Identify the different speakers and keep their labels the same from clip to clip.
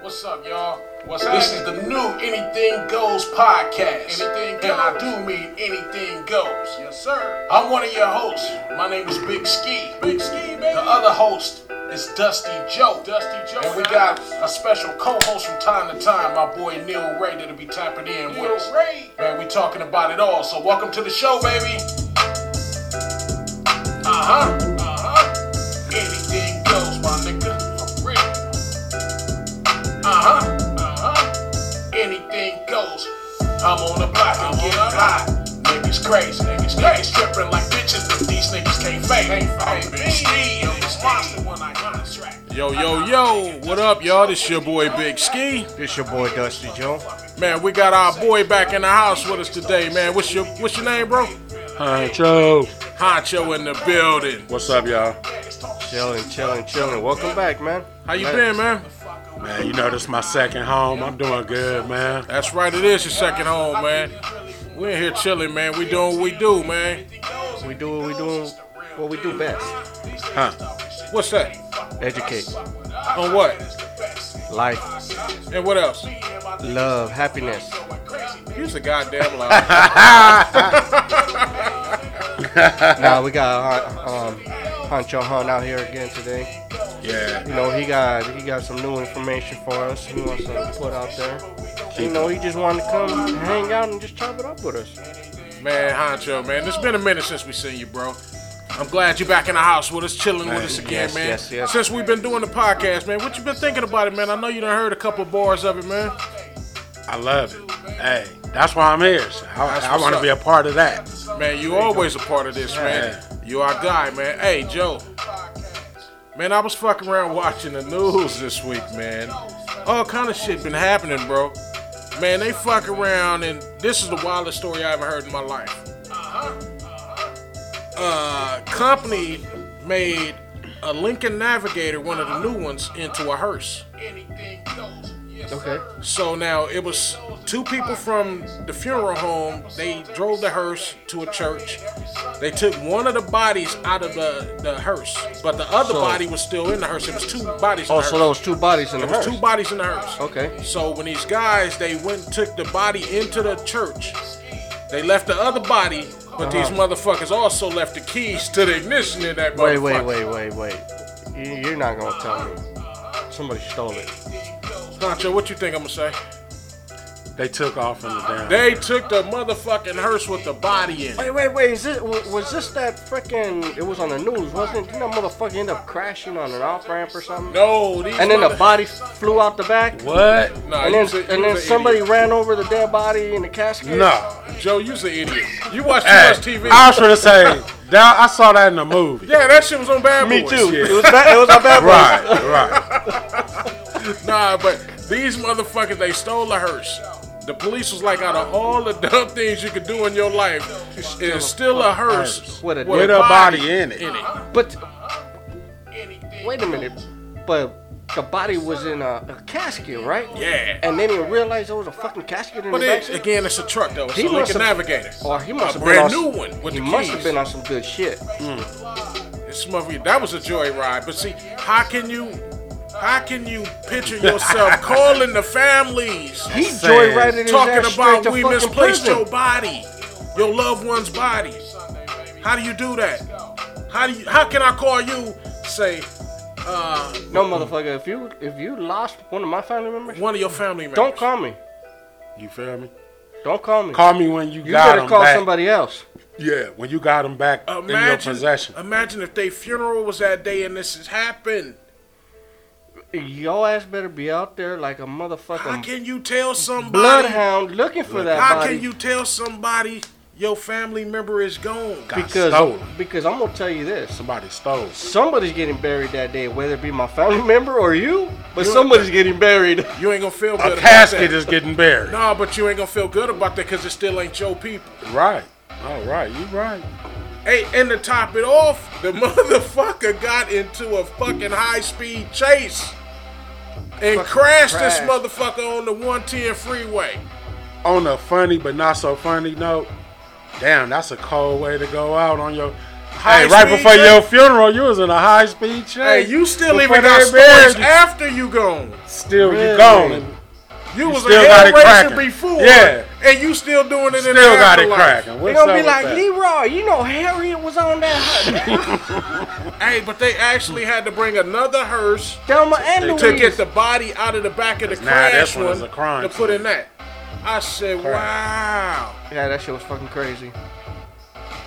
Speaker 1: What's up, y'all? What's up? This is the new Anything Goes podcast. Anything goes. And I do mean anything goes. Yes, sir. I'm one of your hosts. My name is Big Ski. Big Ski, baby. The other host is Dusty Joe. Dusty Joe. And we got a special co-host from time to time, my boy Neil Ray, that'll be tapping in with us. Ray. Man, we talking about it all. So welcome to the show, baby. Uh-huh. Uh-huh. Anything goes, my nigga. For real. Uh-huh, uh-huh. Anything goes. I'm on the block and get high. Niggas crazy, niggas crazy. Tripping like bitches, but these niggas can't fake. I'm Big Steve, I'm the monster when I contract.
Speaker 2: Yo, yo, yo, what up, y'all? This your boy Big Ski.
Speaker 3: This your boy Dusty Joe.
Speaker 2: Man, we got our boy back in the house with us today, man. What's your what's your name, bro?
Speaker 4: Hi, Joe.
Speaker 2: Honcho in the building.
Speaker 4: What's up, y'all?
Speaker 3: Chilling, chilling, chilling. Welcome back, man.
Speaker 2: How you been, man?
Speaker 4: Man, you know this is my second home. I'm doing good, man.
Speaker 2: That's right, it is your second home, man. We in here chilling, man. We doing what we do, man.
Speaker 3: We do what we do, what we do best.
Speaker 4: Huh?
Speaker 2: What's that?
Speaker 3: Educate,
Speaker 2: On what?
Speaker 3: life,
Speaker 2: And what else?
Speaker 3: love, happiness.
Speaker 2: Here's a goddamn lie.
Speaker 3: Now we got uh, um, Huncho Hunt out here again today.
Speaker 4: Yeah.
Speaker 3: You know he got he got some new information for us. He wants to put out there. You know he just wanted to come hang out and just chop it up with us.
Speaker 2: Man, Honcho, man, it's been a minute since we seen you, bro. I'm glad you're back in the house with us, chilling with us again,
Speaker 3: yes,
Speaker 2: man.
Speaker 3: yes, yes.
Speaker 2: Since we've been doing the podcast, man, what you been thinking about it, man? I know you done heard a couple bars of it, man.
Speaker 4: I love it. Hey, that's why I'm here. So I,
Speaker 2: That's
Speaker 4: I
Speaker 2: what's
Speaker 4: want to
Speaker 2: up.
Speaker 4: be a part of that.
Speaker 2: Man, you always a part of this, man. You our guy, man. Hey, Joe. Man, I was fucking around watching the news this week, man. All kind of shit been happening, bro. Man, they fuck around, and this is the wildest story I ever heard in my life. Uh, company made a Lincoln Navigator, one of the new ones, into a hearse.
Speaker 1: Anything goes. Yes,
Speaker 3: Okay.
Speaker 2: So now it was two people from the funeral home. They drove the hearse to a church. They took one of the bodies out of the, the hearse, but the other
Speaker 3: So-
Speaker 2: body was still in the hearse. It was two bodies. In
Speaker 3: Oh,
Speaker 2: the hearse.
Speaker 3: so those two bodies in the
Speaker 2: It was
Speaker 3: hearse.
Speaker 2: two bodies in the hearse.
Speaker 3: Okay.
Speaker 2: So when these guys they went and took the body into the church, they left the other body, but these motherfuckers also left the keys to the ignition in that
Speaker 3: Uh-huh. Wait,
Speaker 2: motherfucker.
Speaker 3: wait, wait, wait, wait. You- You're not gonna tell me somebody stole it.
Speaker 2: Nacho, what you think I'm gonna say?
Speaker 4: They took off in the damn.
Speaker 2: They took the motherfucking hearse with the body in. it.
Speaker 3: Wait, wait, wait. Is this, wa- was this that freaking? It was on the news, wasn't it? Didn't that motherfucker end up crashing on an off ramp or something?
Speaker 2: No, these
Speaker 3: And then the
Speaker 2: mother-
Speaker 3: body flew out the back.
Speaker 4: what?
Speaker 2: Nah,
Speaker 3: And
Speaker 2: you
Speaker 3: then,
Speaker 2: was a- you
Speaker 3: and
Speaker 2: was
Speaker 3: then
Speaker 2: a
Speaker 3: somebody
Speaker 2: idiot.
Speaker 3: ran over the dead body in the casket.
Speaker 4: No.
Speaker 2: Joe, you's an idiot. You watch too
Speaker 4: Hey,
Speaker 2: much TV.
Speaker 4: I was trying to say, that, I saw that in the movie.
Speaker 2: yeah, that shit was on Bad
Speaker 3: me
Speaker 2: Boys.
Speaker 3: too. It was bad. It was a bad
Speaker 4: Right, right.
Speaker 2: Nah, but these motherfuckers, they stole a hearse. The police was like, out of all the dumb things you could do in your life, it's still a hearse
Speaker 3: With a
Speaker 4: With
Speaker 3: dead
Speaker 4: a body in it.
Speaker 2: in it.
Speaker 3: But wait a minute. But the body was in a, a casket, right?
Speaker 2: Yeah.
Speaker 3: And they didn't realize there was a fucking casket in
Speaker 2: But
Speaker 3: the
Speaker 2: it,
Speaker 3: back.
Speaker 2: again, it's a truck though. It's
Speaker 3: He
Speaker 2: a Lincoln
Speaker 3: must've-
Speaker 2: Navigator.
Speaker 3: Or Oh, he must
Speaker 2: a
Speaker 3: have been on
Speaker 2: brand
Speaker 3: some-
Speaker 2: new one with
Speaker 3: he
Speaker 2: the
Speaker 3: must
Speaker 2: keys.
Speaker 3: have been on some good shit.
Speaker 2: This motherfucker, that was a joyride. But see, how can you, how can you picture yourself calling the families?
Speaker 3: He
Speaker 4: Sad.
Speaker 3: joyrided his
Speaker 2: talking
Speaker 3: ass straight
Speaker 2: about
Speaker 3: to
Speaker 2: we
Speaker 3: fucking
Speaker 2: misplaced
Speaker 3: prison.
Speaker 2: your body, your loved one's body. How do you do that? How do you? How can I call you? Say, uh,
Speaker 3: No, motherfucker. If you if you lost one of my family members,
Speaker 2: one of your family members.
Speaker 3: don't call me.
Speaker 4: You feel me?
Speaker 3: Don't call me.
Speaker 4: Call me when you,
Speaker 3: you
Speaker 4: got
Speaker 3: better
Speaker 4: them
Speaker 3: call
Speaker 4: back.
Speaker 3: somebody else.
Speaker 4: Yeah, when you got them back in your
Speaker 2: Imagine,
Speaker 4: possession.
Speaker 2: imagine if their funeral was that day and this has happened.
Speaker 3: Your ass better be out there like a
Speaker 2: How
Speaker 3: motherfucking
Speaker 2: can you tell somebody?
Speaker 3: bloodhound looking for Mm. that
Speaker 2: How
Speaker 3: body.
Speaker 2: can you tell somebody your family member is gone?
Speaker 4: Got
Speaker 3: because
Speaker 4: stolen.
Speaker 3: because I'm gonna tell you this.
Speaker 4: Somebody stole.
Speaker 3: Somebody's getting buried that day, whether it be my family member or you, but somebody's getting buried.
Speaker 2: You ain't gonna feel good
Speaker 4: A
Speaker 2: about
Speaker 4: casket
Speaker 2: that.
Speaker 4: is getting buried.
Speaker 2: No, but you ain't gonna feel good about that because it still ain't your people.
Speaker 4: Right. All right, you right.
Speaker 2: Hey, and to top it off, the motherfucker got into a fucking high speed chase and crashed this
Speaker 3: crashed.
Speaker 2: motherfucker on the 110 freeway.
Speaker 4: On a funny but not so funny note, damn, that's a cold way to go out on your.
Speaker 2: High
Speaker 4: hey, right
Speaker 2: speed
Speaker 4: before
Speaker 2: chase?
Speaker 4: your funeral, you was in a high speed chase.
Speaker 2: Hey, you still
Speaker 4: Before
Speaker 2: even got
Speaker 4: they buried
Speaker 2: stories
Speaker 4: you.
Speaker 2: after you gone.
Speaker 4: still
Speaker 3: Really?
Speaker 4: you gone.
Speaker 2: You, was
Speaker 4: still
Speaker 2: a
Speaker 4: got
Speaker 2: head
Speaker 4: it
Speaker 2: racer
Speaker 4: cracking.
Speaker 2: before,
Speaker 4: Yeah.
Speaker 2: and you still doing it in the
Speaker 4: Still got it
Speaker 2: afterlife.
Speaker 4: cracking.
Speaker 3: They
Speaker 4: What's
Speaker 3: gonna
Speaker 4: up
Speaker 3: be
Speaker 4: with
Speaker 3: like,
Speaker 4: that?
Speaker 3: Leroy, you know Harriet was on that.
Speaker 2: Hey, but they actually had to bring another hearse
Speaker 3: Thelma and Louise.
Speaker 2: to get the body out of the back of the
Speaker 4: Nah,
Speaker 2: crash
Speaker 4: this one is a crime
Speaker 2: to put
Speaker 4: scene.
Speaker 2: in that. I said, wow,
Speaker 3: Yeah, that shit was fucking crazy.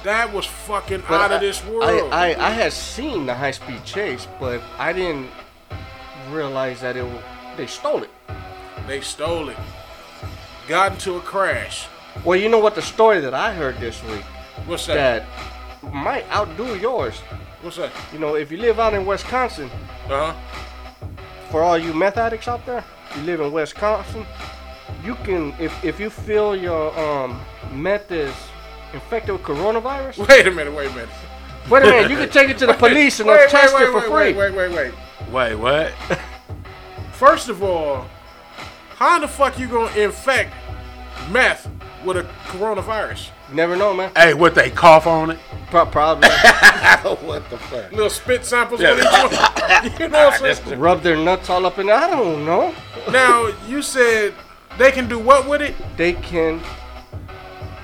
Speaker 2: that was fucking
Speaker 3: But
Speaker 2: out
Speaker 3: I,
Speaker 2: of this world.
Speaker 3: I, I, I had seen the high speed chase, but I didn't realize that it wa- they stole it.
Speaker 2: they stole it. Got into a crash.
Speaker 3: Well, you know what the story that I heard this week
Speaker 2: What's that?
Speaker 3: that might outdo yours.
Speaker 2: What's that?
Speaker 3: You know, if you live out in Wisconsin,
Speaker 2: Uh huh.
Speaker 3: for all you meth addicts out there, you live in Wisconsin, you can if if you feel your um meth is infected with coronavirus,
Speaker 2: Wait a minute. Wait a minute.
Speaker 3: wait a minute, you can take it to the police and they'll
Speaker 2: wait,
Speaker 3: test
Speaker 2: wait,
Speaker 3: it for
Speaker 2: wait,
Speaker 3: free.
Speaker 2: wait, wait, wait, wait.
Speaker 4: Wait, what?
Speaker 2: First of all, how the fuck you gonna infect meth with a coronavirus?
Speaker 3: You never know, man.
Speaker 4: hey, what they cough on it?
Speaker 3: Pro- probably
Speaker 4: what the fuck?
Speaker 2: Little spit samples
Speaker 4: Yeah.
Speaker 2: on each one. you know what I'm saying?
Speaker 3: rub their nuts all up in there. I don't know.
Speaker 2: Now you said they can do what with it?
Speaker 3: They can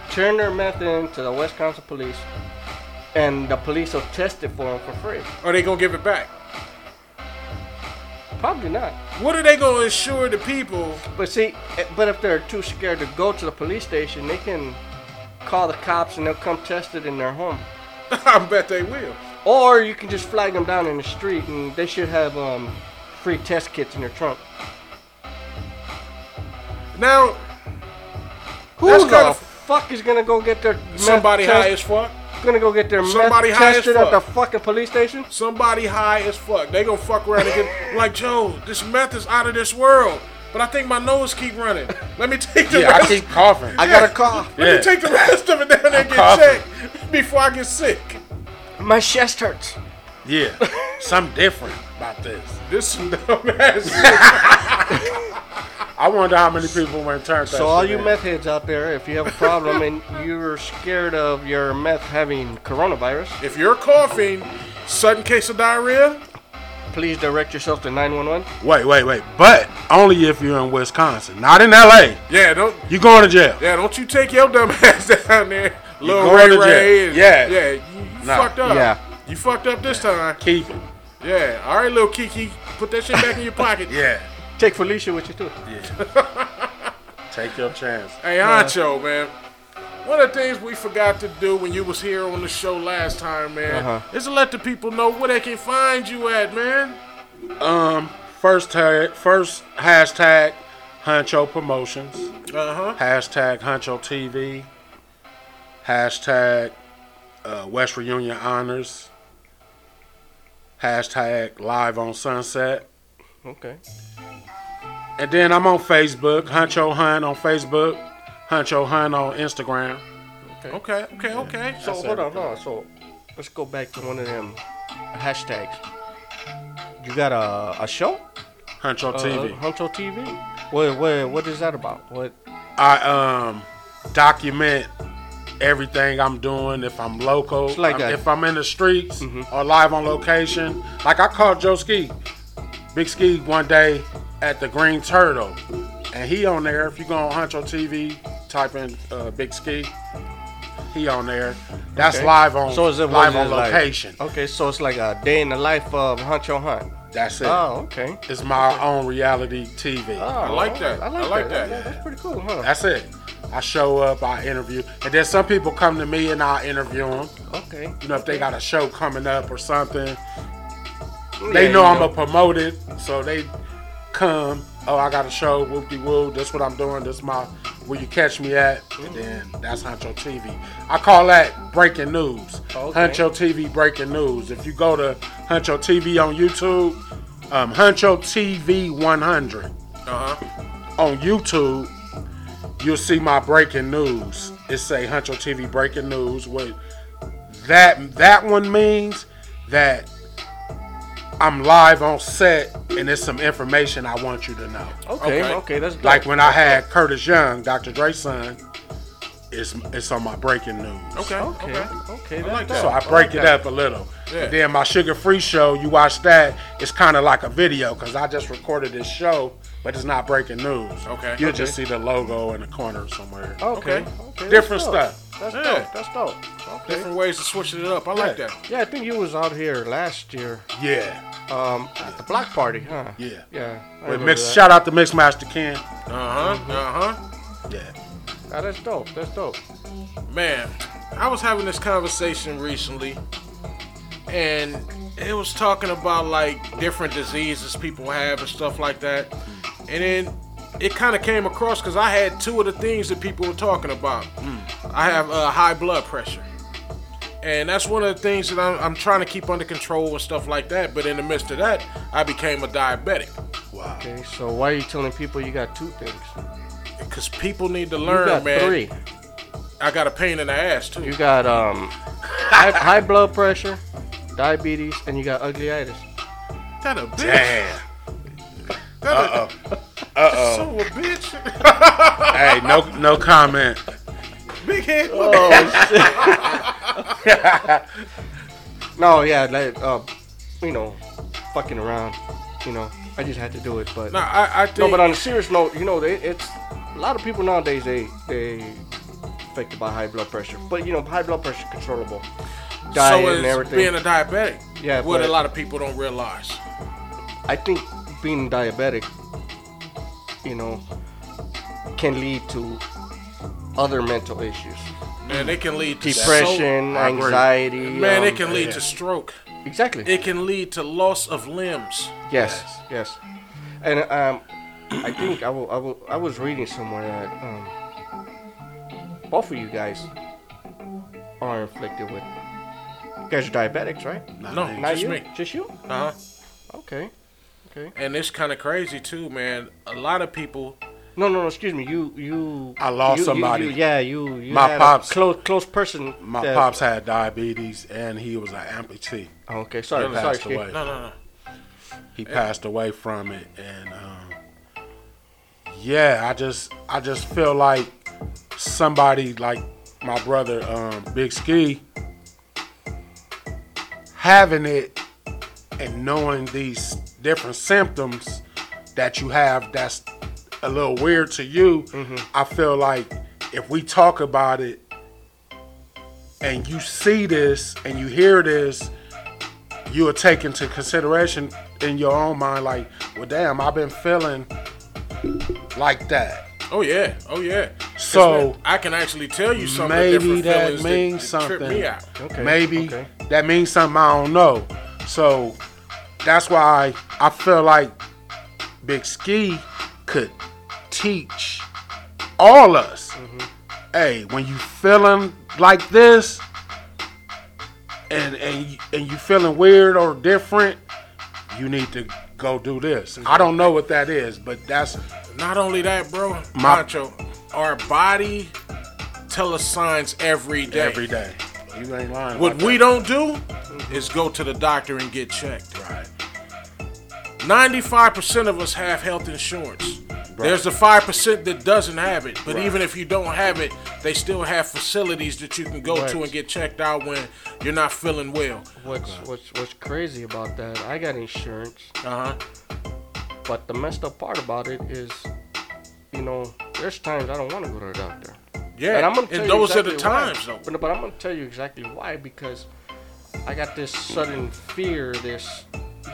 Speaker 3: turn their meth in to the Wisconsin police, and the police will test it for them for free.
Speaker 2: Or they gonna give it back?
Speaker 3: Probably not.
Speaker 2: What are they gonna assure the people?
Speaker 3: But see, eh, but if they're too scared to go to the police station, they can call the cops and they'll come test it in their home.
Speaker 2: I bet they will.
Speaker 3: Or you can just flag them down in the street, and they should have um, free test kits in their trunk.
Speaker 2: Now
Speaker 3: Who
Speaker 2: That's
Speaker 3: the
Speaker 2: kinda-
Speaker 3: fuck is gonna go get their meth
Speaker 2: somebody
Speaker 3: test-
Speaker 2: high as fuck.
Speaker 3: gonna go get their
Speaker 2: Somebody
Speaker 3: meth
Speaker 2: high as
Speaker 3: tested at
Speaker 2: fuck.
Speaker 3: the fucking police station?
Speaker 2: Somebody high as fuck. They gonna fuck around and get like Joe. This meth is out of this world. But I think my nose keep running. Let me take the
Speaker 4: Yeah, I
Speaker 2: rest.
Speaker 4: keep coughing.
Speaker 3: I got a call.
Speaker 2: Let
Speaker 4: Yeah.
Speaker 2: me take the rest of it down there and get
Speaker 4: coughing.
Speaker 2: checked before I get sick.
Speaker 3: My chest hurts.
Speaker 4: yeah, something different about this.
Speaker 2: This some dumb ass shit.
Speaker 4: I wonder how many people went turned that
Speaker 3: So all
Speaker 4: shit
Speaker 3: you
Speaker 4: in.
Speaker 3: meth heads out there, if you have a problem and you're scared of your meth having coronavirus,
Speaker 2: If you're coughing, sudden case of diarrhea,
Speaker 3: please direct yourself to 911.
Speaker 4: Wait, wait, wait. But only if you're in Wisconsin, not in L.A.
Speaker 2: yeah, don't
Speaker 4: You going to jail?
Speaker 2: yeah, don't you take your dumb ass down there. Little
Speaker 4: going
Speaker 2: Ray
Speaker 4: to jail.
Speaker 2: Ray and,
Speaker 4: Yeah.
Speaker 2: Yeah, you, you
Speaker 4: Nah.
Speaker 2: fucked up.
Speaker 3: Yeah.
Speaker 2: You fucked up this time.
Speaker 4: Keep it.
Speaker 2: Yeah. All right, little Kiki, put that shit back in your pocket.
Speaker 4: Yeah,
Speaker 3: Take Felicia with you too.
Speaker 4: yeah. Take your chance.
Speaker 2: Hey, Ancho, man. One of the things we forgot to do when you was here on the show last time, man,
Speaker 3: Uh-huh.
Speaker 2: is to let the people know where they can find you at, man.
Speaker 4: Um, first tag, first hashtag, Huncho Promotions.
Speaker 3: Uh-huh.
Speaker 2: Uh huh.
Speaker 4: hashtag Huncho TV, hashtag uh, West Reunion Honors, hashtag Live on Sunset,
Speaker 3: Okay.
Speaker 4: and then I'm on Facebook, Huncho Hunt on Facebook, Huncho Hunt on Instagram.
Speaker 2: Okay, okay, okay.
Speaker 3: So
Speaker 4: That's
Speaker 3: hold on, hold on. So let's go back to one of them hashtags. You got a, a show?
Speaker 4: Huncho
Speaker 3: Uh,
Speaker 4: TV.
Speaker 3: Huncho TV. What, what what is that about? What?
Speaker 4: I um document everything I'm doing if I'm local,
Speaker 3: like Mm-hmm.
Speaker 4: I'm-
Speaker 3: a-
Speaker 4: if I'm in the streets or live on location. Like I called Joe Ski, Big Ski one day at the Green Turtle, and he on there. If you go on Huncho TV, type in uh, Big Ski, he on there. That's
Speaker 3: Okay.
Speaker 4: live on
Speaker 3: So is it was
Speaker 4: live on
Speaker 3: it like- Oh.
Speaker 4: location.
Speaker 3: okay, so it's like a day in the life of Huncho Hunt.
Speaker 4: That's it.
Speaker 3: Oh, okay.
Speaker 4: It's my own reality TV.
Speaker 3: Oh,
Speaker 2: I like that. I like that.
Speaker 3: That's pretty cool, huh?
Speaker 4: That's it. I show up, I interview, and then some people come to me and I interview them.
Speaker 3: okay.
Speaker 4: You know, if they got a show coming up or something,
Speaker 3: Yeah,
Speaker 4: they
Speaker 3: you
Speaker 4: know I'm a promoted, so they come. Oh, I got a show, whoop de woo. This what I'm doing. This my where you catch me at. And then that's Huncho TV. I call that breaking news.
Speaker 3: Okay.
Speaker 4: Huncho TV breaking news. If you go to Huncho TV on YouTube, um, Huncho TV 100
Speaker 2: Uh huh.
Speaker 3: Uh-huh.
Speaker 4: on YouTube, you'll see my breaking news. It say Huncho TV breaking news. What that that one means that I'm live on set and it's some information I want you to know.
Speaker 3: Okay,
Speaker 2: Okay.
Speaker 3: okay, that's good.
Speaker 4: Like when I had Curtis Young, Dr. Dre's son, it's it's on my breaking news.
Speaker 2: Okay.
Speaker 3: Okay.
Speaker 2: Okay.
Speaker 3: Okay.
Speaker 2: like that.
Speaker 3: That's that.
Speaker 4: So I break it up a little.
Speaker 2: Yeah.
Speaker 4: And then my sugar free show, you watch that, it's kind of like a video because I just recorded this show, but it's not breaking news.
Speaker 2: Okay.
Speaker 4: You'll
Speaker 2: Okay.
Speaker 4: just see the logo in the corner somewhere.
Speaker 3: Okay.
Speaker 2: Okay.
Speaker 3: okay,
Speaker 4: Different
Speaker 3: that's
Speaker 4: stuff.
Speaker 3: dope. That's
Speaker 2: Yeah.
Speaker 3: dope. That's dope. Okay.
Speaker 2: Different ways of switching it up. I like
Speaker 4: Yeah.
Speaker 2: that.
Speaker 3: Yeah, I think you was out here last year.
Speaker 4: Yeah.
Speaker 3: Um, at the block party, huh?
Speaker 4: Yeah.
Speaker 3: Yeah. I
Speaker 4: With
Speaker 3: remember
Speaker 4: mix,
Speaker 3: that.
Speaker 4: shout out to Mixmaster Ken.
Speaker 2: Uh huh. Uh huh.
Speaker 4: Yeah.
Speaker 3: Ah, that's dope. That's dope.
Speaker 2: Man, I was having this conversation recently, and it was talking about like different diseases people have and stuff like that. And then it kind of came across because I had two of the things that people were talking about.
Speaker 3: Hmm.
Speaker 2: I have uh, high blood pressure. And that's one of the things that I'm, I'm trying to keep under control and stuff like that. But in the midst of that, I became a diabetic
Speaker 4: Wow.
Speaker 3: Okay. So why are you telling people you got two things?
Speaker 2: because people need to
Speaker 3: You
Speaker 2: learn,
Speaker 3: got
Speaker 2: man.
Speaker 3: three.
Speaker 2: I got a pain in the ass too.
Speaker 3: You got um, high, high blood pressure, diabetes, and you got uglyitis.
Speaker 2: that a bitch.
Speaker 4: Damn.
Speaker 2: Uh oh. So a bitch.
Speaker 4: hey, no no comment.
Speaker 2: Big head.
Speaker 3: No, yeah, like uh, you know, fucking around. You know, I just had to do it, but
Speaker 2: Nah, I, I think.
Speaker 3: no. But on a serious note, you know, they, it's a lot of people nowadays they they affected by high blood pressure, but you know, high blood pressure controllable. Diet
Speaker 2: so is
Speaker 3: and everything.
Speaker 2: being a diabetic.
Speaker 3: Yeah,
Speaker 2: What
Speaker 3: but-
Speaker 2: a lot of people don't realize.
Speaker 3: I think being diabetic, you know, can lead to other mental issues,
Speaker 2: Man, it can lead to
Speaker 3: depression,
Speaker 4: I agree.
Speaker 3: anxiety.
Speaker 2: So, man, it
Speaker 3: um,
Speaker 2: can lead
Speaker 4: yeah.
Speaker 2: to stroke.
Speaker 3: exactly.
Speaker 2: It can lead to loss of limbs.
Speaker 3: Yes, yes. And um, I think I will, I will, I was reading somewhere that um, both of you guys are inflicted with. You guys are diabetics, right?
Speaker 2: no,
Speaker 4: me.
Speaker 3: Not
Speaker 2: just
Speaker 3: you?
Speaker 2: me.
Speaker 3: Just you?
Speaker 2: Uh huh.
Speaker 3: Okay. Okay.
Speaker 2: And it's kind of crazy too, man. A lot of people.
Speaker 3: No, no, no. Excuse me. You, you.
Speaker 4: I lost
Speaker 3: you- you-
Speaker 4: somebody.
Speaker 3: You, yeah, you. you
Speaker 4: My
Speaker 3: had a
Speaker 4: pops.
Speaker 3: Close, close person.
Speaker 4: My
Speaker 3: that-
Speaker 4: pops had diabetes and he was an amputee.
Speaker 3: Oh, okay. Sorry.
Speaker 4: He
Speaker 3: Sorry.
Speaker 4: passed
Speaker 3: Excuse
Speaker 4: away.
Speaker 2: No, no, no.
Speaker 4: he passed away from it and um, yeah i just i just feel like somebody like my brother um, big ski having it and knowing these different symptoms that you have that's a little weird to you
Speaker 3: Mm-hmm.
Speaker 4: i feel like if we talk about it and you see this and you hear this you will take into consideration in your own mind, like, well, damn, I've been feeling like that.
Speaker 2: Oh yeah. Oh yeah. 'Cause,
Speaker 4: So,
Speaker 2: man, I can actually tell you some of the
Speaker 4: Maybe
Speaker 2: different
Speaker 4: that
Speaker 2: feelings
Speaker 4: means
Speaker 2: that, that
Speaker 4: something.
Speaker 2: Trip me out.
Speaker 3: Okay,
Speaker 4: Maybe
Speaker 3: okay.
Speaker 4: that means something I don't know. So that's why I, I feel like Big Ski could teach all us.
Speaker 2: Mm-hmm.
Speaker 4: Hey, when you feeling like this, and and you- and you feeling weird or different, you need to go do this. I don't know what that is, but that's
Speaker 2: Not only that, bro,
Speaker 4: My-
Speaker 2: Macho, our body tell us signs every day.
Speaker 4: every day. You ain't lying.
Speaker 2: What
Speaker 4: about
Speaker 2: we
Speaker 4: that.
Speaker 2: don't do is go to the doctor and get checked.
Speaker 4: Right.
Speaker 2: 95% of us have health insurance. There's the 5% that doesn't have it. But
Speaker 4: Right.
Speaker 2: even if you don't have it, they still have facilities that you can go to
Speaker 3: Right.
Speaker 2: and get checked out when you're not feeling well.
Speaker 3: What's what's what's crazy about that? I got insurance.
Speaker 2: Uh huh.
Speaker 3: But the messed up part about it is, you know, there's times I don't want to go to the doctor.
Speaker 2: Yeah. And,
Speaker 3: I'm gonna tell you
Speaker 2: those are the
Speaker 3: exactly why.
Speaker 2: times, though.
Speaker 3: But, but I'm gonna tell you exactly why because I got this sudden fear. This,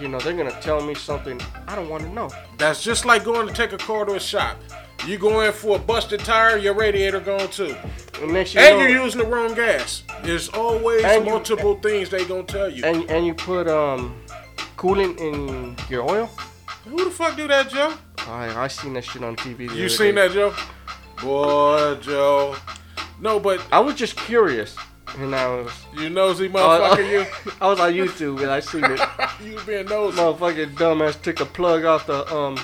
Speaker 3: you know, they're gonna tell me something I don't want to know.
Speaker 2: That's just like going to take a car to a shop. You go in for a busted tire, your radiator gone too.
Speaker 3: And next you
Speaker 2: And
Speaker 3: know,
Speaker 2: you're using the wrong gas. There's always
Speaker 3: And you-
Speaker 2: multiple things they gonna tell you.
Speaker 3: and and you put um coolant in your oil.
Speaker 2: Who the fuck do that, Joe?
Speaker 3: I I seen that shit on TV. the other
Speaker 2: You seen
Speaker 3: day.
Speaker 2: that, Joe? Boy, Joe. No, but
Speaker 3: I was just curious, and I was.
Speaker 2: you nosy
Speaker 3: I-
Speaker 2: motherfucker, you.
Speaker 3: I was on YouTube and I seen it.
Speaker 2: You being nosy. Uh
Speaker 3: Motherfucking dumbass took a plug off the um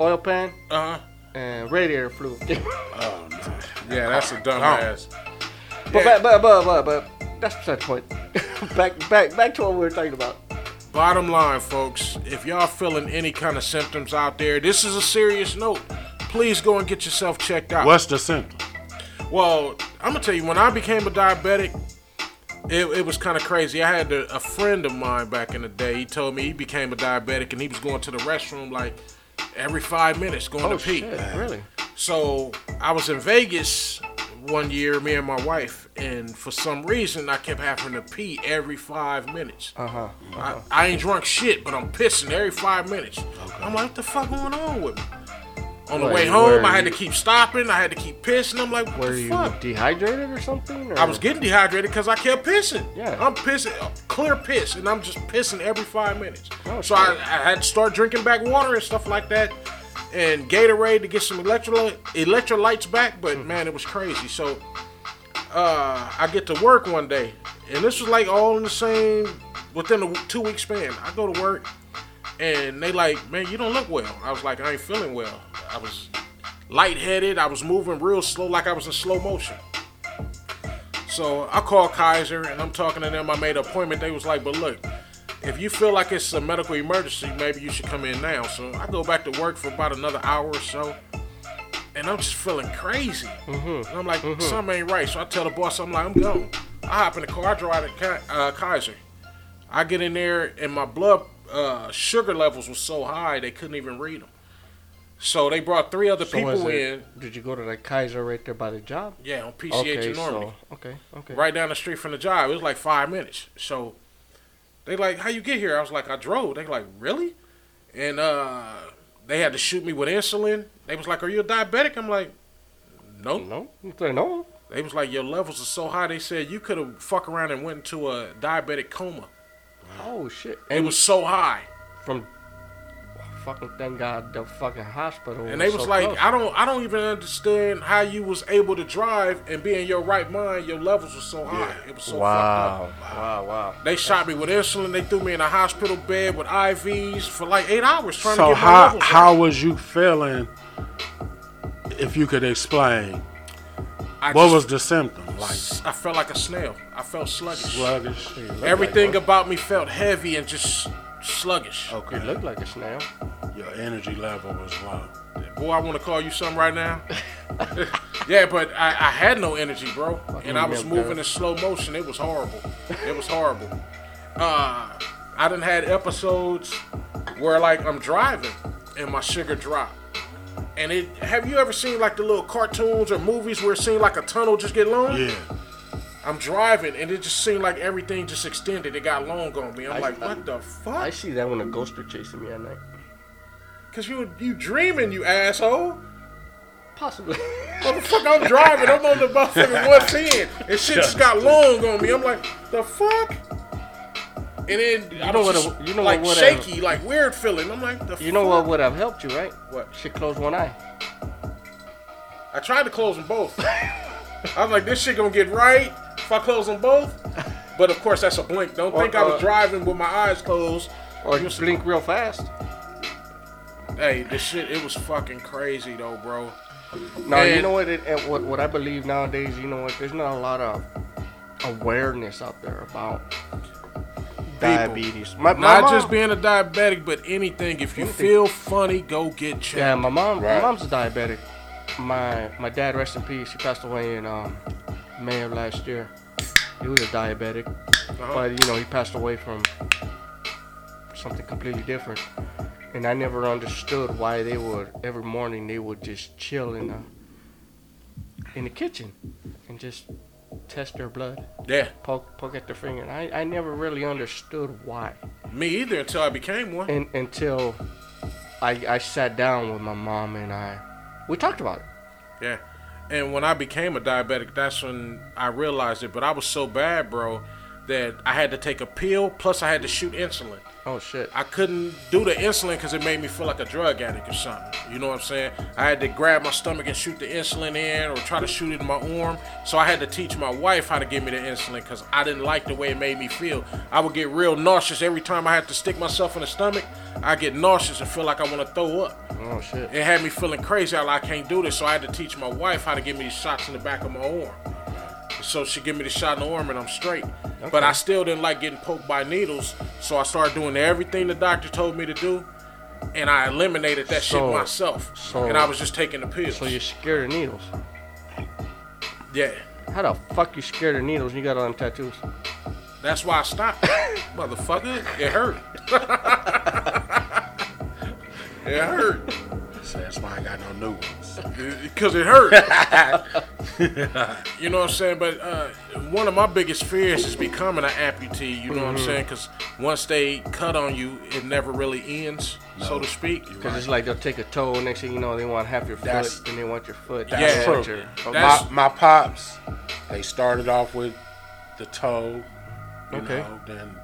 Speaker 3: oil pan
Speaker 2: huh.
Speaker 3: and radiator flew.
Speaker 2: Yeah, that's a dumbass.
Speaker 3: But
Speaker 2: Yeah.
Speaker 3: but, but but but but that's beside the point. back back back to what we were talking about.
Speaker 2: Bottom line, folks, if y'all feeling any kind of symptoms out there, this is a serious note. Please go and get yourself checked out.
Speaker 4: What's the symptom?
Speaker 2: Well, I'm gonna tell you, when I became a diabetic, it, it was kind of crazy. I had a, a friend of mine back in the day. He told me he became a diabetic and he was going to the restroom like every five minutes, going to pee.
Speaker 3: Oh, Shit, really?
Speaker 2: So I was in Vegas one year, me and my wife, and for some reason I kept having to pee every five minutes.
Speaker 3: Uh huh.
Speaker 2: I, I ain't drunk shit, but I'm pissing every five minutes. I'm like, what the fuck going on with me? On the
Speaker 3: Wait,
Speaker 2: way
Speaker 3: where
Speaker 2: home,
Speaker 3: are
Speaker 2: I had to
Speaker 3: you-
Speaker 2: keep stopping. I had to keep pissing. I'm like, what
Speaker 3: Were
Speaker 2: the
Speaker 3: you
Speaker 2: fuck?
Speaker 3: dehydrated or something? Or?
Speaker 2: I was getting dehydrated because I kept pissing.
Speaker 3: Yeah.
Speaker 2: I'm pissing, clear piss, and I'm just pissing every five minutes.
Speaker 3: Oh,
Speaker 2: so I,
Speaker 3: shit.
Speaker 2: I had to start drinking back water and stuff like that, and Gatorade to get some electrolyte electrolytes back. But
Speaker 3: Hmm.
Speaker 2: man, it was crazy. So uh, I get to work one day, and this was like all in the same within a two week span. I go to work, and they like, man, you don't look well. I was like, I ain't feeling well. I was lightheaded. I was moving real slow, like I was in slow motion. So I called Kaiser and I'm talking to them. I made an appointment. They was like, but look, if you feel like it's a medical emergency, maybe you should come in now. So I go back to work for about another hour or so. And I'm just feeling crazy. And
Speaker 3: Mm-hmm.
Speaker 2: I'm like, something ain't right. So I tell the boss, I'm like, I'm gone. I hop in the car, I drive to Ki- uh, Kaiser. I get in there and my blood uh, sugar levels was so high they couldn't even read them. So they brought three other
Speaker 3: So was
Speaker 2: people
Speaker 3: it-
Speaker 2: in.
Speaker 3: Did you go to the Kaiser right there by the job?
Speaker 2: Yeah, on PCH
Speaker 3: Okay,
Speaker 2: in Normandy.
Speaker 3: so okay, okay.
Speaker 2: right down the street from the job. It was like five minutes. So they like, how you get here? I was like, I drove. They like, really? And uh, they had to shoot me with insulin. They was like, are you a diabetic? I'm like, no.
Speaker 3: No, He's like, no.
Speaker 2: They was like, your levels are so high. They said you could have fuck around and went into a diabetic coma.
Speaker 3: Oh shit!
Speaker 2: It
Speaker 3: And
Speaker 2: was so high.
Speaker 3: from fucking thank God the fucking hospital.
Speaker 2: And they was
Speaker 3: so
Speaker 2: like,
Speaker 3: close.
Speaker 2: I don't, I don't even understand how you was able to drive and be in your right mind. Your levels were so high. It was so fucked up.
Speaker 5: Wow.
Speaker 3: wow, wow.
Speaker 2: They shot me with insulin. They threw me in a hospital bed with IVs for like eight hours trying to
Speaker 4: So
Speaker 2: get my
Speaker 4: how
Speaker 2: levels
Speaker 4: how
Speaker 2: up.
Speaker 4: was you feeling? If you could explain,
Speaker 2: I
Speaker 4: what
Speaker 2: just-
Speaker 4: was the symptom like?
Speaker 2: I felt like a snail. I felt sluggish.
Speaker 4: Sluggish.
Speaker 2: Everything about me felt heavy and just sluggish.
Speaker 4: Okay.
Speaker 3: You look like a snail.
Speaker 4: Your energy level was low.
Speaker 2: Boy, I want to call you something right now. yeah, but I, I had no energy, bro, and I was
Speaker 3: milk,
Speaker 2: moving
Speaker 3: girl.
Speaker 2: in slow motion. It was horrible. It was horrible. Uh, I done had episodes where like I'm driving and my sugar dropped. And it have you ever seen like the little cartoons or movies where it seemed like a tunnel just get long?
Speaker 4: Yeah.
Speaker 2: I'm driving and it just seemed like everything just extended. It got long on me. I'm
Speaker 3: I-
Speaker 2: like,
Speaker 3: I-
Speaker 2: what the
Speaker 3: I
Speaker 2: fuck?
Speaker 3: see that when the ghosts are chasing me at night.
Speaker 2: Cause you you dreaming, you asshole.
Speaker 3: Possibly.
Speaker 2: Motherfucker, I'm driving. I'm on the motherfucking 110. And shit just got long on me. I'm like, the fuck? And then I
Speaker 3: know
Speaker 2: was
Speaker 3: what
Speaker 2: just,
Speaker 3: a- you know
Speaker 2: like
Speaker 3: what a-
Speaker 2: shaky, like weird feeling. I'm like, the
Speaker 3: you know
Speaker 2: fuck?
Speaker 3: what would have helped you, right?
Speaker 2: What?
Speaker 3: Should close one eye.
Speaker 2: I tried to close them both. I was like, this shit gonna get right if I close them both. But of course, that's a blink. Don't
Speaker 3: Or- uh,
Speaker 2: think I was
Speaker 3: or-
Speaker 2: driving with my eyes closed.
Speaker 3: Or you blink real fast.
Speaker 2: Hey, this shit, it was fucking crazy though, bro.
Speaker 3: No, you
Speaker 2: And-
Speaker 3: know what, it, and what? What I believe nowadays, you know what? There's not a lot of awareness out there about diabetes. My, my
Speaker 2: Not
Speaker 3: mom-
Speaker 2: just being a diabetic, but anything. If you
Speaker 3: Anything.
Speaker 2: feel funny, go get checked.
Speaker 3: Yeah, my mom.
Speaker 5: Right.
Speaker 3: My mom's a diabetic. My my dad, rest in peace. He passed away in um, May of last year. He was a diabetic, but you know he passed away from something completely different. And I never understood why they would every morning they would just chill in the in the kitchen and just test their blood,
Speaker 2: yeah.
Speaker 3: poke poke at their finger. And I I never really understood why
Speaker 2: Me either until I became one.
Speaker 3: and until I, I sat down with my mom and I we talked about it.
Speaker 2: Yeah. And when I became a diabetic, that's when I realized it. But I was so bad, bro, that I had to take a pill, plus I had to shoot insulin.
Speaker 3: Oh shit!
Speaker 2: I couldn't do the insulin because it made me feel like a drug addict or something. You know what I'm saying? I had to grab my stomach and shoot the insulin in or try to shoot it in my arm. So I had to teach my wife how to give me the insulin because I didn't like the way it made me feel. I would get real nauseous every time I had to stick myself in the stomach. I get nauseous and feel like I want to throw up
Speaker 3: Oh shit!
Speaker 2: it had me feeling crazy. I like, I can't do this, so I had to teach my wife how to give me these shots in the back of my arm. So she give me the shot in the arm, and I'm straight. But I still didn't like getting poked by needles, so I started doing everything the doctor told me to do, and I eliminated that
Speaker 3: So-
Speaker 2: shit myself.
Speaker 3: so-
Speaker 2: and I was just taking the pills.
Speaker 3: So you're scared of needles?
Speaker 2: yeah.
Speaker 3: How the fuck you scared of needles? and You got all them tattoos.
Speaker 2: That's why I stopped, motherfucker. It hurt. it hurt
Speaker 4: So that's why I ain't got no new ones.
Speaker 2: because it hurt. you know what I'm saying? But uh, one of my biggest fears is becoming an amputee. You know what I'm saying? Because once they cut on you, it never really ends, so to speak.
Speaker 3: Because it's like they'll take a toe, next thing you know, they want half your foot,
Speaker 4: That's-
Speaker 3: and they want your foot.
Speaker 4: that's
Speaker 3: they
Speaker 4: true.
Speaker 3: want your- oh,
Speaker 2: That's-
Speaker 4: my, my pops, they started off with the toe. You
Speaker 3: Okay.
Speaker 4: Know, then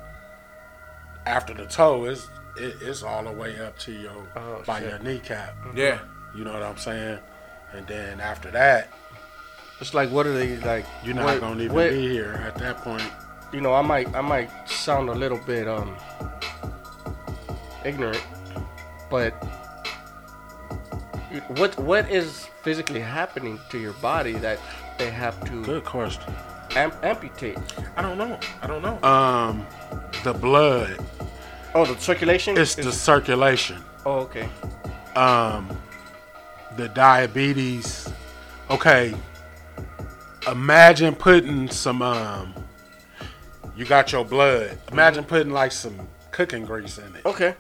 Speaker 4: after the toe, it's it, it's all the way up to your
Speaker 3: Oh,
Speaker 4: by
Speaker 3: shit.
Speaker 4: your kneecap.
Speaker 2: Yeah.
Speaker 4: You know what I'm saying? And then after that,
Speaker 3: it's like, what are they like?
Speaker 4: you're not
Speaker 3: what-
Speaker 4: gonna even
Speaker 3: what-
Speaker 4: be here at that point.
Speaker 3: You know, I might, I might sound a little bit um ignorant, but what what is physically happening to your body that they have to
Speaker 4: Good question.
Speaker 3: am- amputate?
Speaker 2: I don't know. I don't know.
Speaker 4: Um, the blood.
Speaker 3: Oh, the circulation.
Speaker 4: It's the circulation.
Speaker 3: oh, okay.
Speaker 4: um, the diabetes. Okay, imagine putting some. Um, you got your blood. Imagine putting like some cooking grease in it.
Speaker 3: Okay.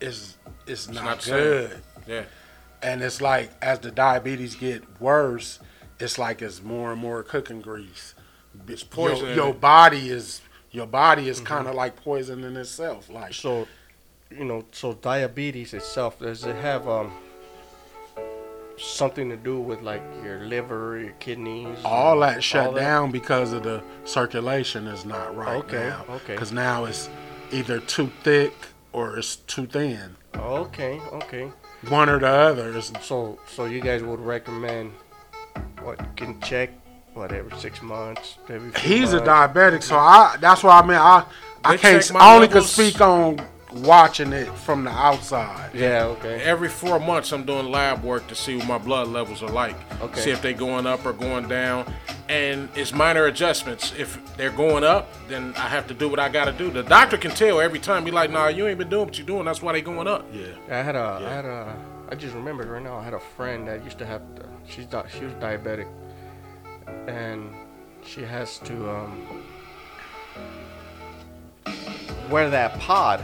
Speaker 4: It's it's not,
Speaker 2: not the same.
Speaker 4: good.
Speaker 2: yeah.
Speaker 4: And it's like as the diabetes get worse, it's like it's more and more cooking grease. It's
Speaker 2: poison
Speaker 4: Your,
Speaker 2: in
Speaker 4: your
Speaker 2: it.
Speaker 4: body Mm-hmm. is your body is kind of like poison in itself. Like
Speaker 3: So, you know, so diabetes itself does it have um something to do with like your liver, your kidneys?
Speaker 4: all that shut
Speaker 3: all that?
Speaker 4: down because of the circulation is not right
Speaker 3: Okay,
Speaker 4: now.
Speaker 3: okay.
Speaker 4: Because now it's either too thick or it's too thin.
Speaker 3: Okay, okay.
Speaker 4: One or the other is
Speaker 3: So, so you guys would recommend what can check what every six months? Every few
Speaker 4: he's a
Speaker 3: months?
Speaker 4: diabetic, so I that's why I mean I I
Speaker 2: They
Speaker 4: can't
Speaker 2: check my
Speaker 4: I only can
Speaker 2: levels.
Speaker 4: speak on watching it from the outside.
Speaker 3: Yeah. Okay.
Speaker 2: Every four months, I'm doing lab work to see what my blood levels are like.
Speaker 3: Okay.
Speaker 2: See if they're going up or going down. And it's minor adjustments. If they're going up, then I have to do what I got to do. The doctor can tell every time. Be like, nah, you ain't been doing what you're doing. That's why they going up.
Speaker 4: Yeah.
Speaker 3: I had a, I had a, I just remembered right now. I had a friend that used to have, to, she's di- she was diabetic, and she has to um, wear that pod.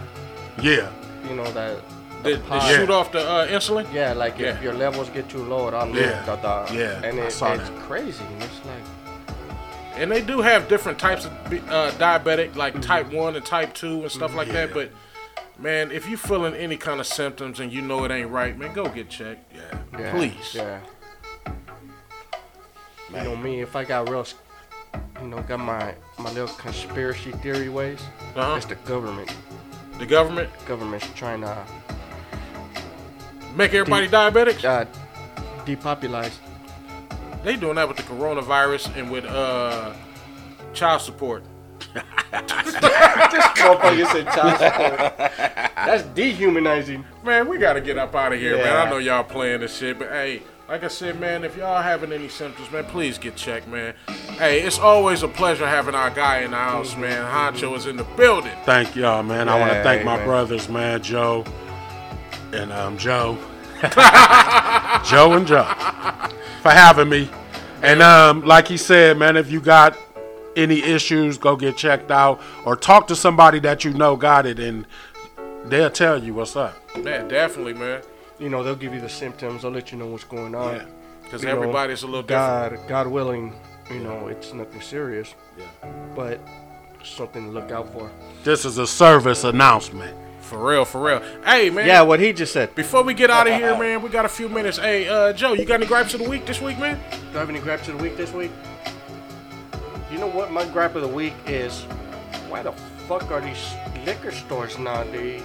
Speaker 4: Yeah.
Speaker 3: You know that.
Speaker 2: They, they
Speaker 3: pod.
Speaker 2: shoot off the uh, insulin.
Speaker 3: Yeah, like
Speaker 2: Yeah.
Speaker 3: if your levels get too low, it'll
Speaker 4: Yeah,
Speaker 3: lift the, the
Speaker 4: yeah,
Speaker 3: and
Speaker 4: I
Speaker 3: it, it's
Speaker 4: saw that.
Speaker 3: crazy. and It's like
Speaker 2: And they do have different types of uh, diabetic, like type one and type two and stuff like that. But man, if you feeling any kind of symptoms and you know it ain't right, man, go get checked. Yeah.
Speaker 3: yeah,
Speaker 2: Please.
Speaker 3: yeah. You know me, if I got real, s- you know, got my my little conspiracy theory ways.
Speaker 2: Uh-huh.
Speaker 3: It's the government.
Speaker 2: The government
Speaker 3: Government's trying to
Speaker 2: make everybody diabetic.
Speaker 3: uh, depopulize.
Speaker 2: They doing that with the coronavirus and with uh child support.
Speaker 3: Motherfucker said child support. That's dehumanizing.
Speaker 2: Man, we gotta get up out of here, man.
Speaker 3: Yeah.
Speaker 2: I know y'all playing this shit, but hey, like I said, man, if y'all having any symptoms, man, please get checked, man. Hey, it's always a pleasure having our guy in the house,
Speaker 3: Mm-hmm.
Speaker 2: man. Hancho is in the building.
Speaker 4: Thank y'all, man. I want to
Speaker 3: Yeah,
Speaker 4: thank
Speaker 3: hey,
Speaker 4: my
Speaker 3: man.
Speaker 4: brothers, man, Joe and um Joe, Joe and Joe, for having me. And um, like he said, man, if you got any issues, go get checked out or talk to somebody that you know got it, and they'll tell you what's up.
Speaker 2: Man, definitely, man.
Speaker 3: You know, they'll give you the symptoms. They'll let you know what's going on.
Speaker 4: Yeah.
Speaker 2: Because
Speaker 3: You know,
Speaker 2: everybody's a little different.
Speaker 3: God, God willing, you know, it's nothing serious, but something to look out for.
Speaker 4: This is a service announcement.
Speaker 2: For real, for real. Hey, man.
Speaker 3: Yeah, what he just said.
Speaker 2: Before we get out of here, man, we got a few minutes. Hey, uh, Joe, you got any gripes of the week this week, man?
Speaker 3: Do I have any gripes of the week this week? You know what? My gripe of the week is why the fuck are these liquor stores nowadays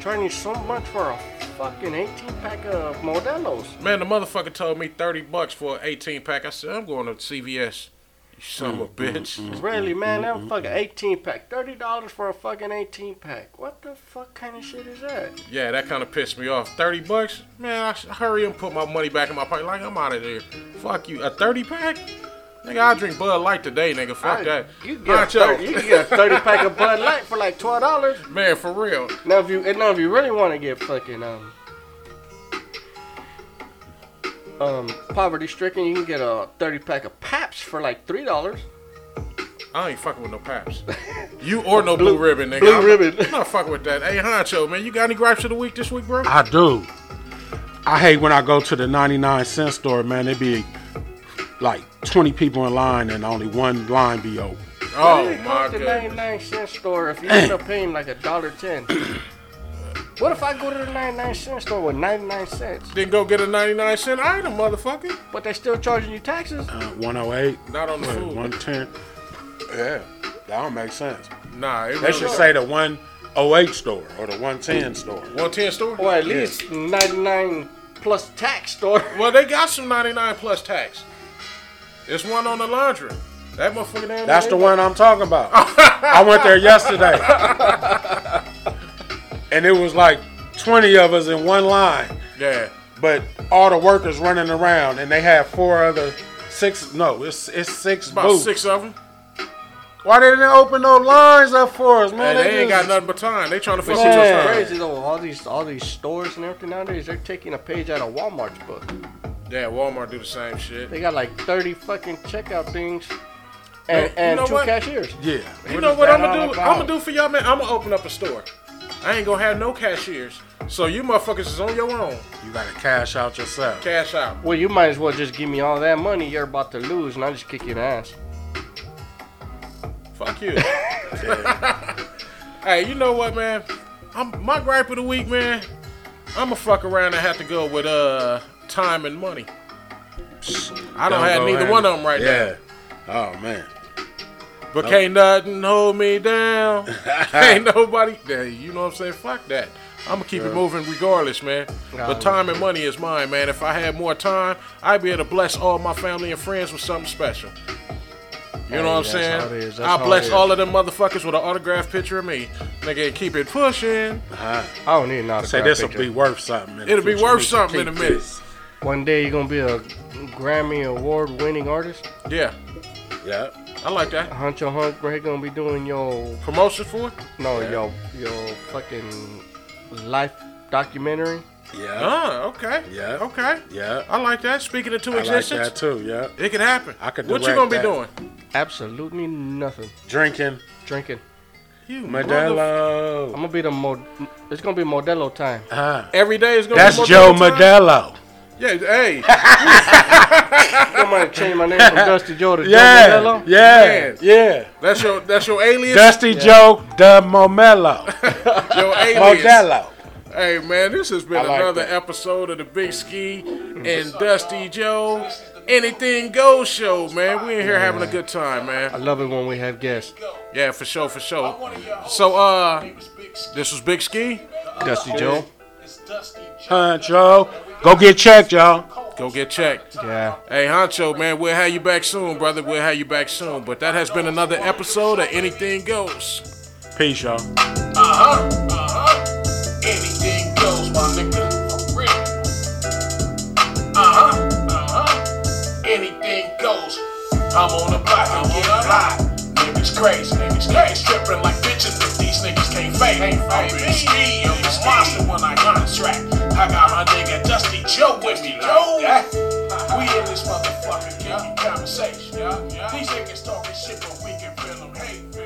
Speaker 3: charging you so much for a fucking 18 pack of Modelo's?
Speaker 2: Man, the motherfucker told me 30 bucks for an 18 pack. I said, I'm going to CVS. You son of a
Speaker 3: Mm-hmm.
Speaker 2: bitch.
Speaker 3: Really, man,
Speaker 2: Mm-hmm.
Speaker 3: that fucking 18 pack. $30 for a fucking 18 pack. What the fuck kind of shit is that?
Speaker 2: Yeah, that kind of pissed me off. 30 bucks? Man, I should hurry and put my money back in my pocket. Like, I'm out of there. Fuck you. A 30 pack? Nigga, I drink Bud Light today, nigga. Fuck
Speaker 3: I-
Speaker 2: that.
Speaker 3: You get, a
Speaker 2: Nacho.
Speaker 3: 30, you can get a 30 pack of Bud Light for like $12.
Speaker 2: Man, for real.
Speaker 3: Now if you and now if you really want to get fucking um um, poverty stricken, you can get a 30 pack of Paps for like three dollars.
Speaker 2: I ain't fucking with no paps. You or no blue, ribbon, nigga.
Speaker 3: Blue
Speaker 2: I'm-
Speaker 3: Ribbon.
Speaker 2: I'm not fucking with that. Hey, Honcho, man, you got any gripes of the week this week, bro?
Speaker 4: I do. I hate when I go to the 99 cent store, man. There be like 20 people in line and only one line be open.
Speaker 2: Oh
Speaker 3: When you
Speaker 2: my
Speaker 3: go to the
Speaker 2: god.
Speaker 3: 99 cent store, if you end up paying like a dollar ten, what if I go to the 99 cent store with 99 cents,
Speaker 2: Then go get a 99 cent item, motherfucker.
Speaker 3: but they still charging you taxes?
Speaker 4: Uh, 108,
Speaker 2: Not on the
Speaker 4: uh,
Speaker 2: food.
Speaker 4: 110. Yeah, that don't make sense.
Speaker 2: Nah, it
Speaker 4: They
Speaker 2: really
Speaker 4: should say the 108 store or the 110 store.
Speaker 2: 110 store.
Speaker 3: Or at least 99 plus tax store.
Speaker 2: Well, they got some 99 plus tax. It's one on the laundry. That motherfucker down
Speaker 4: That's the
Speaker 2: there.
Speaker 4: one I'm talking about. I went there yesterday. and it was like 20 of us in one line.
Speaker 2: Yeah.
Speaker 4: but all the workers running around and they have four other six no it's it's six
Speaker 2: About
Speaker 4: booths.
Speaker 2: six of them.
Speaker 4: why didn't they open no lines up for us man
Speaker 2: And they ain't got
Speaker 4: just-
Speaker 2: nothing but time. They trying to fuck
Speaker 3: Which
Speaker 2: with
Speaker 3: is
Speaker 2: your
Speaker 3: what's
Speaker 2: time.
Speaker 3: crazy though. All these all these stores and everything nowadays, they're taking a page out of Walmart's book.
Speaker 2: Yeah, Walmart do the same shit.
Speaker 3: They got like 30 fucking checkout things
Speaker 2: Hey,
Speaker 3: and,
Speaker 2: you
Speaker 3: and
Speaker 2: know
Speaker 3: two
Speaker 2: what?
Speaker 3: cashiers.
Speaker 4: yeah
Speaker 2: You
Speaker 3: What
Speaker 2: know
Speaker 3: is
Speaker 2: what
Speaker 3: that
Speaker 2: I'm gonna
Speaker 3: all
Speaker 2: do?
Speaker 3: about?
Speaker 2: I'm gonna do for y'all, man. I'm gonna open up a store. I ain't gonna have no cashiers. So you motherfuckers is on your own.
Speaker 4: you gotta cash out yourself
Speaker 2: Cash out.
Speaker 3: Well, you might as well just give me all that money you're about to lose and I'll just kick your ass.
Speaker 2: Fuck you. hey, you know what, man? I'm my gripe of the week, man. I'ma fuck around and have to go with uh time and money. I don't have
Speaker 4: go
Speaker 2: neither
Speaker 4: ahead.
Speaker 2: one of them right
Speaker 4: yeah oh man
Speaker 2: now. But can't nothing hold me down. can't nobody. Yeah, you know what I'm saying? Fuck that. I'ma keep it moving regardless, man.
Speaker 3: Nah.
Speaker 2: But time and money is mine, man. If I had more time, I'd be able to bless all my family and friends with something special. You know
Speaker 3: Hey,
Speaker 2: what I'm
Speaker 3: that's
Speaker 2: saying?
Speaker 3: how it is. That's
Speaker 2: I
Speaker 3: how it
Speaker 2: bless
Speaker 3: is.
Speaker 2: all of them motherfuckers with an autographed picture of me. Nigga, and keep it pushing.
Speaker 3: I don't need an autograph
Speaker 4: say this will
Speaker 3: picture.
Speaker 4: be worth something in the
Speaker 2: It'll be
Speaker 4: future.
Speaker 2: worth
Speaker 4: We can
Speaker 2: something in a
Speaker 4: keep
Speaker 2: minute.
Speaker 4: this.
Speaker 3: One day you're gonna be a Grammy award winning artist.
Speaker 2: Yeah,
Speaker 4: yeah
Speaker 2: I like that.
Speaker 3: Huncho Hunt Gray gonna be doing your
Speaker 2: Promotion for it?
Speaker 3: no your your fucking life documentary.
Speaker 4: yeah
Speaker 2: Ah, okay.
Speaker 4: Yeah.
Speaker 2: Okay. Oh,
Speaker 4: yeah
Speaker 2: I like that. Speaking into
Speaker 4: I like
Speaker 2: existence,
Speaker 4: that too yeah
Speaker 2: it can happen.
Speaker 4: I could
Speaker 2: What you
Speaker 4: direct
Speaker 2: gonna be
Speaker 4: that.
Speaker 2: doing?
Speaker 3: Absolutely nothing.
Speaker 4: drinking
Speaker 3: Drinking.
Speaker 2: You mother-
Speaker 4: Modelo
Speaker 3: I'm gonna be the mod. It's gonna be Modelo time.
Speaker 4: Ah,
Speaker 2: Every day is gonna.
Speaker 4: that's
Speaker 2: be more
Speaker 4: Joe
Speaker 2: dinner time?
Speaker 4: Modelo
Speaker 2: Yeah. Hey.
Speaker 3: I'm gonna change my name from Dusty Joe to Joe
Speaker 4: yeah
Speaker 3: Modelo.
Speaker 4: yeah
Speaker 2: Man.
Speaker 4: yeah
Speaker 2: That's your. That's your alias.
Speaker 4: Dusty Joe the Momelo.
Speaker 2: your alias.
Speaker 4: Modelo.
Speaker 2: Hey man, this has been
Speaker 4: I like
Speaker 2: another
Speaker 4: that.
Speaker 2: episode of the Big Ski and Dusty Joe Anything Goes show, man. We in here having a good time,
Speaker 3: I
Speaker 2: man.
Speaker 3: love it when we have guests.
Speaker 2: Yeah, for sure, for sure. So uh, this was Big Ski.
Speaker 3: Dusty Joe.
Speaker 4: Hunt, Joe. Go get checked, y'all.
Speaker 2: Go get checked.
Speaker 3: Yeah.
Speaker 2: Hey, Honcho, man, we'll have you back soon, brother. We'll have you back soon. But that has been another episode of Anything Goes.
Speaker 4: Peace, y'all.
Speaker 1: Uh-huh, uh-huh. Anything goes, my nigga. For real. Uh-huh, uh-huh. Anything goes. I'm on the block, I'm on the block. Niggas crazy, niggas crazy. Stripping like bitches if these niggas can't fake. I'm big speed, I'm the monster when I contract. I got my nigga Dusty Joe with me like that. We in this motherfucker, yeah. conversation. These niggas talking shit, but we can feel them hate.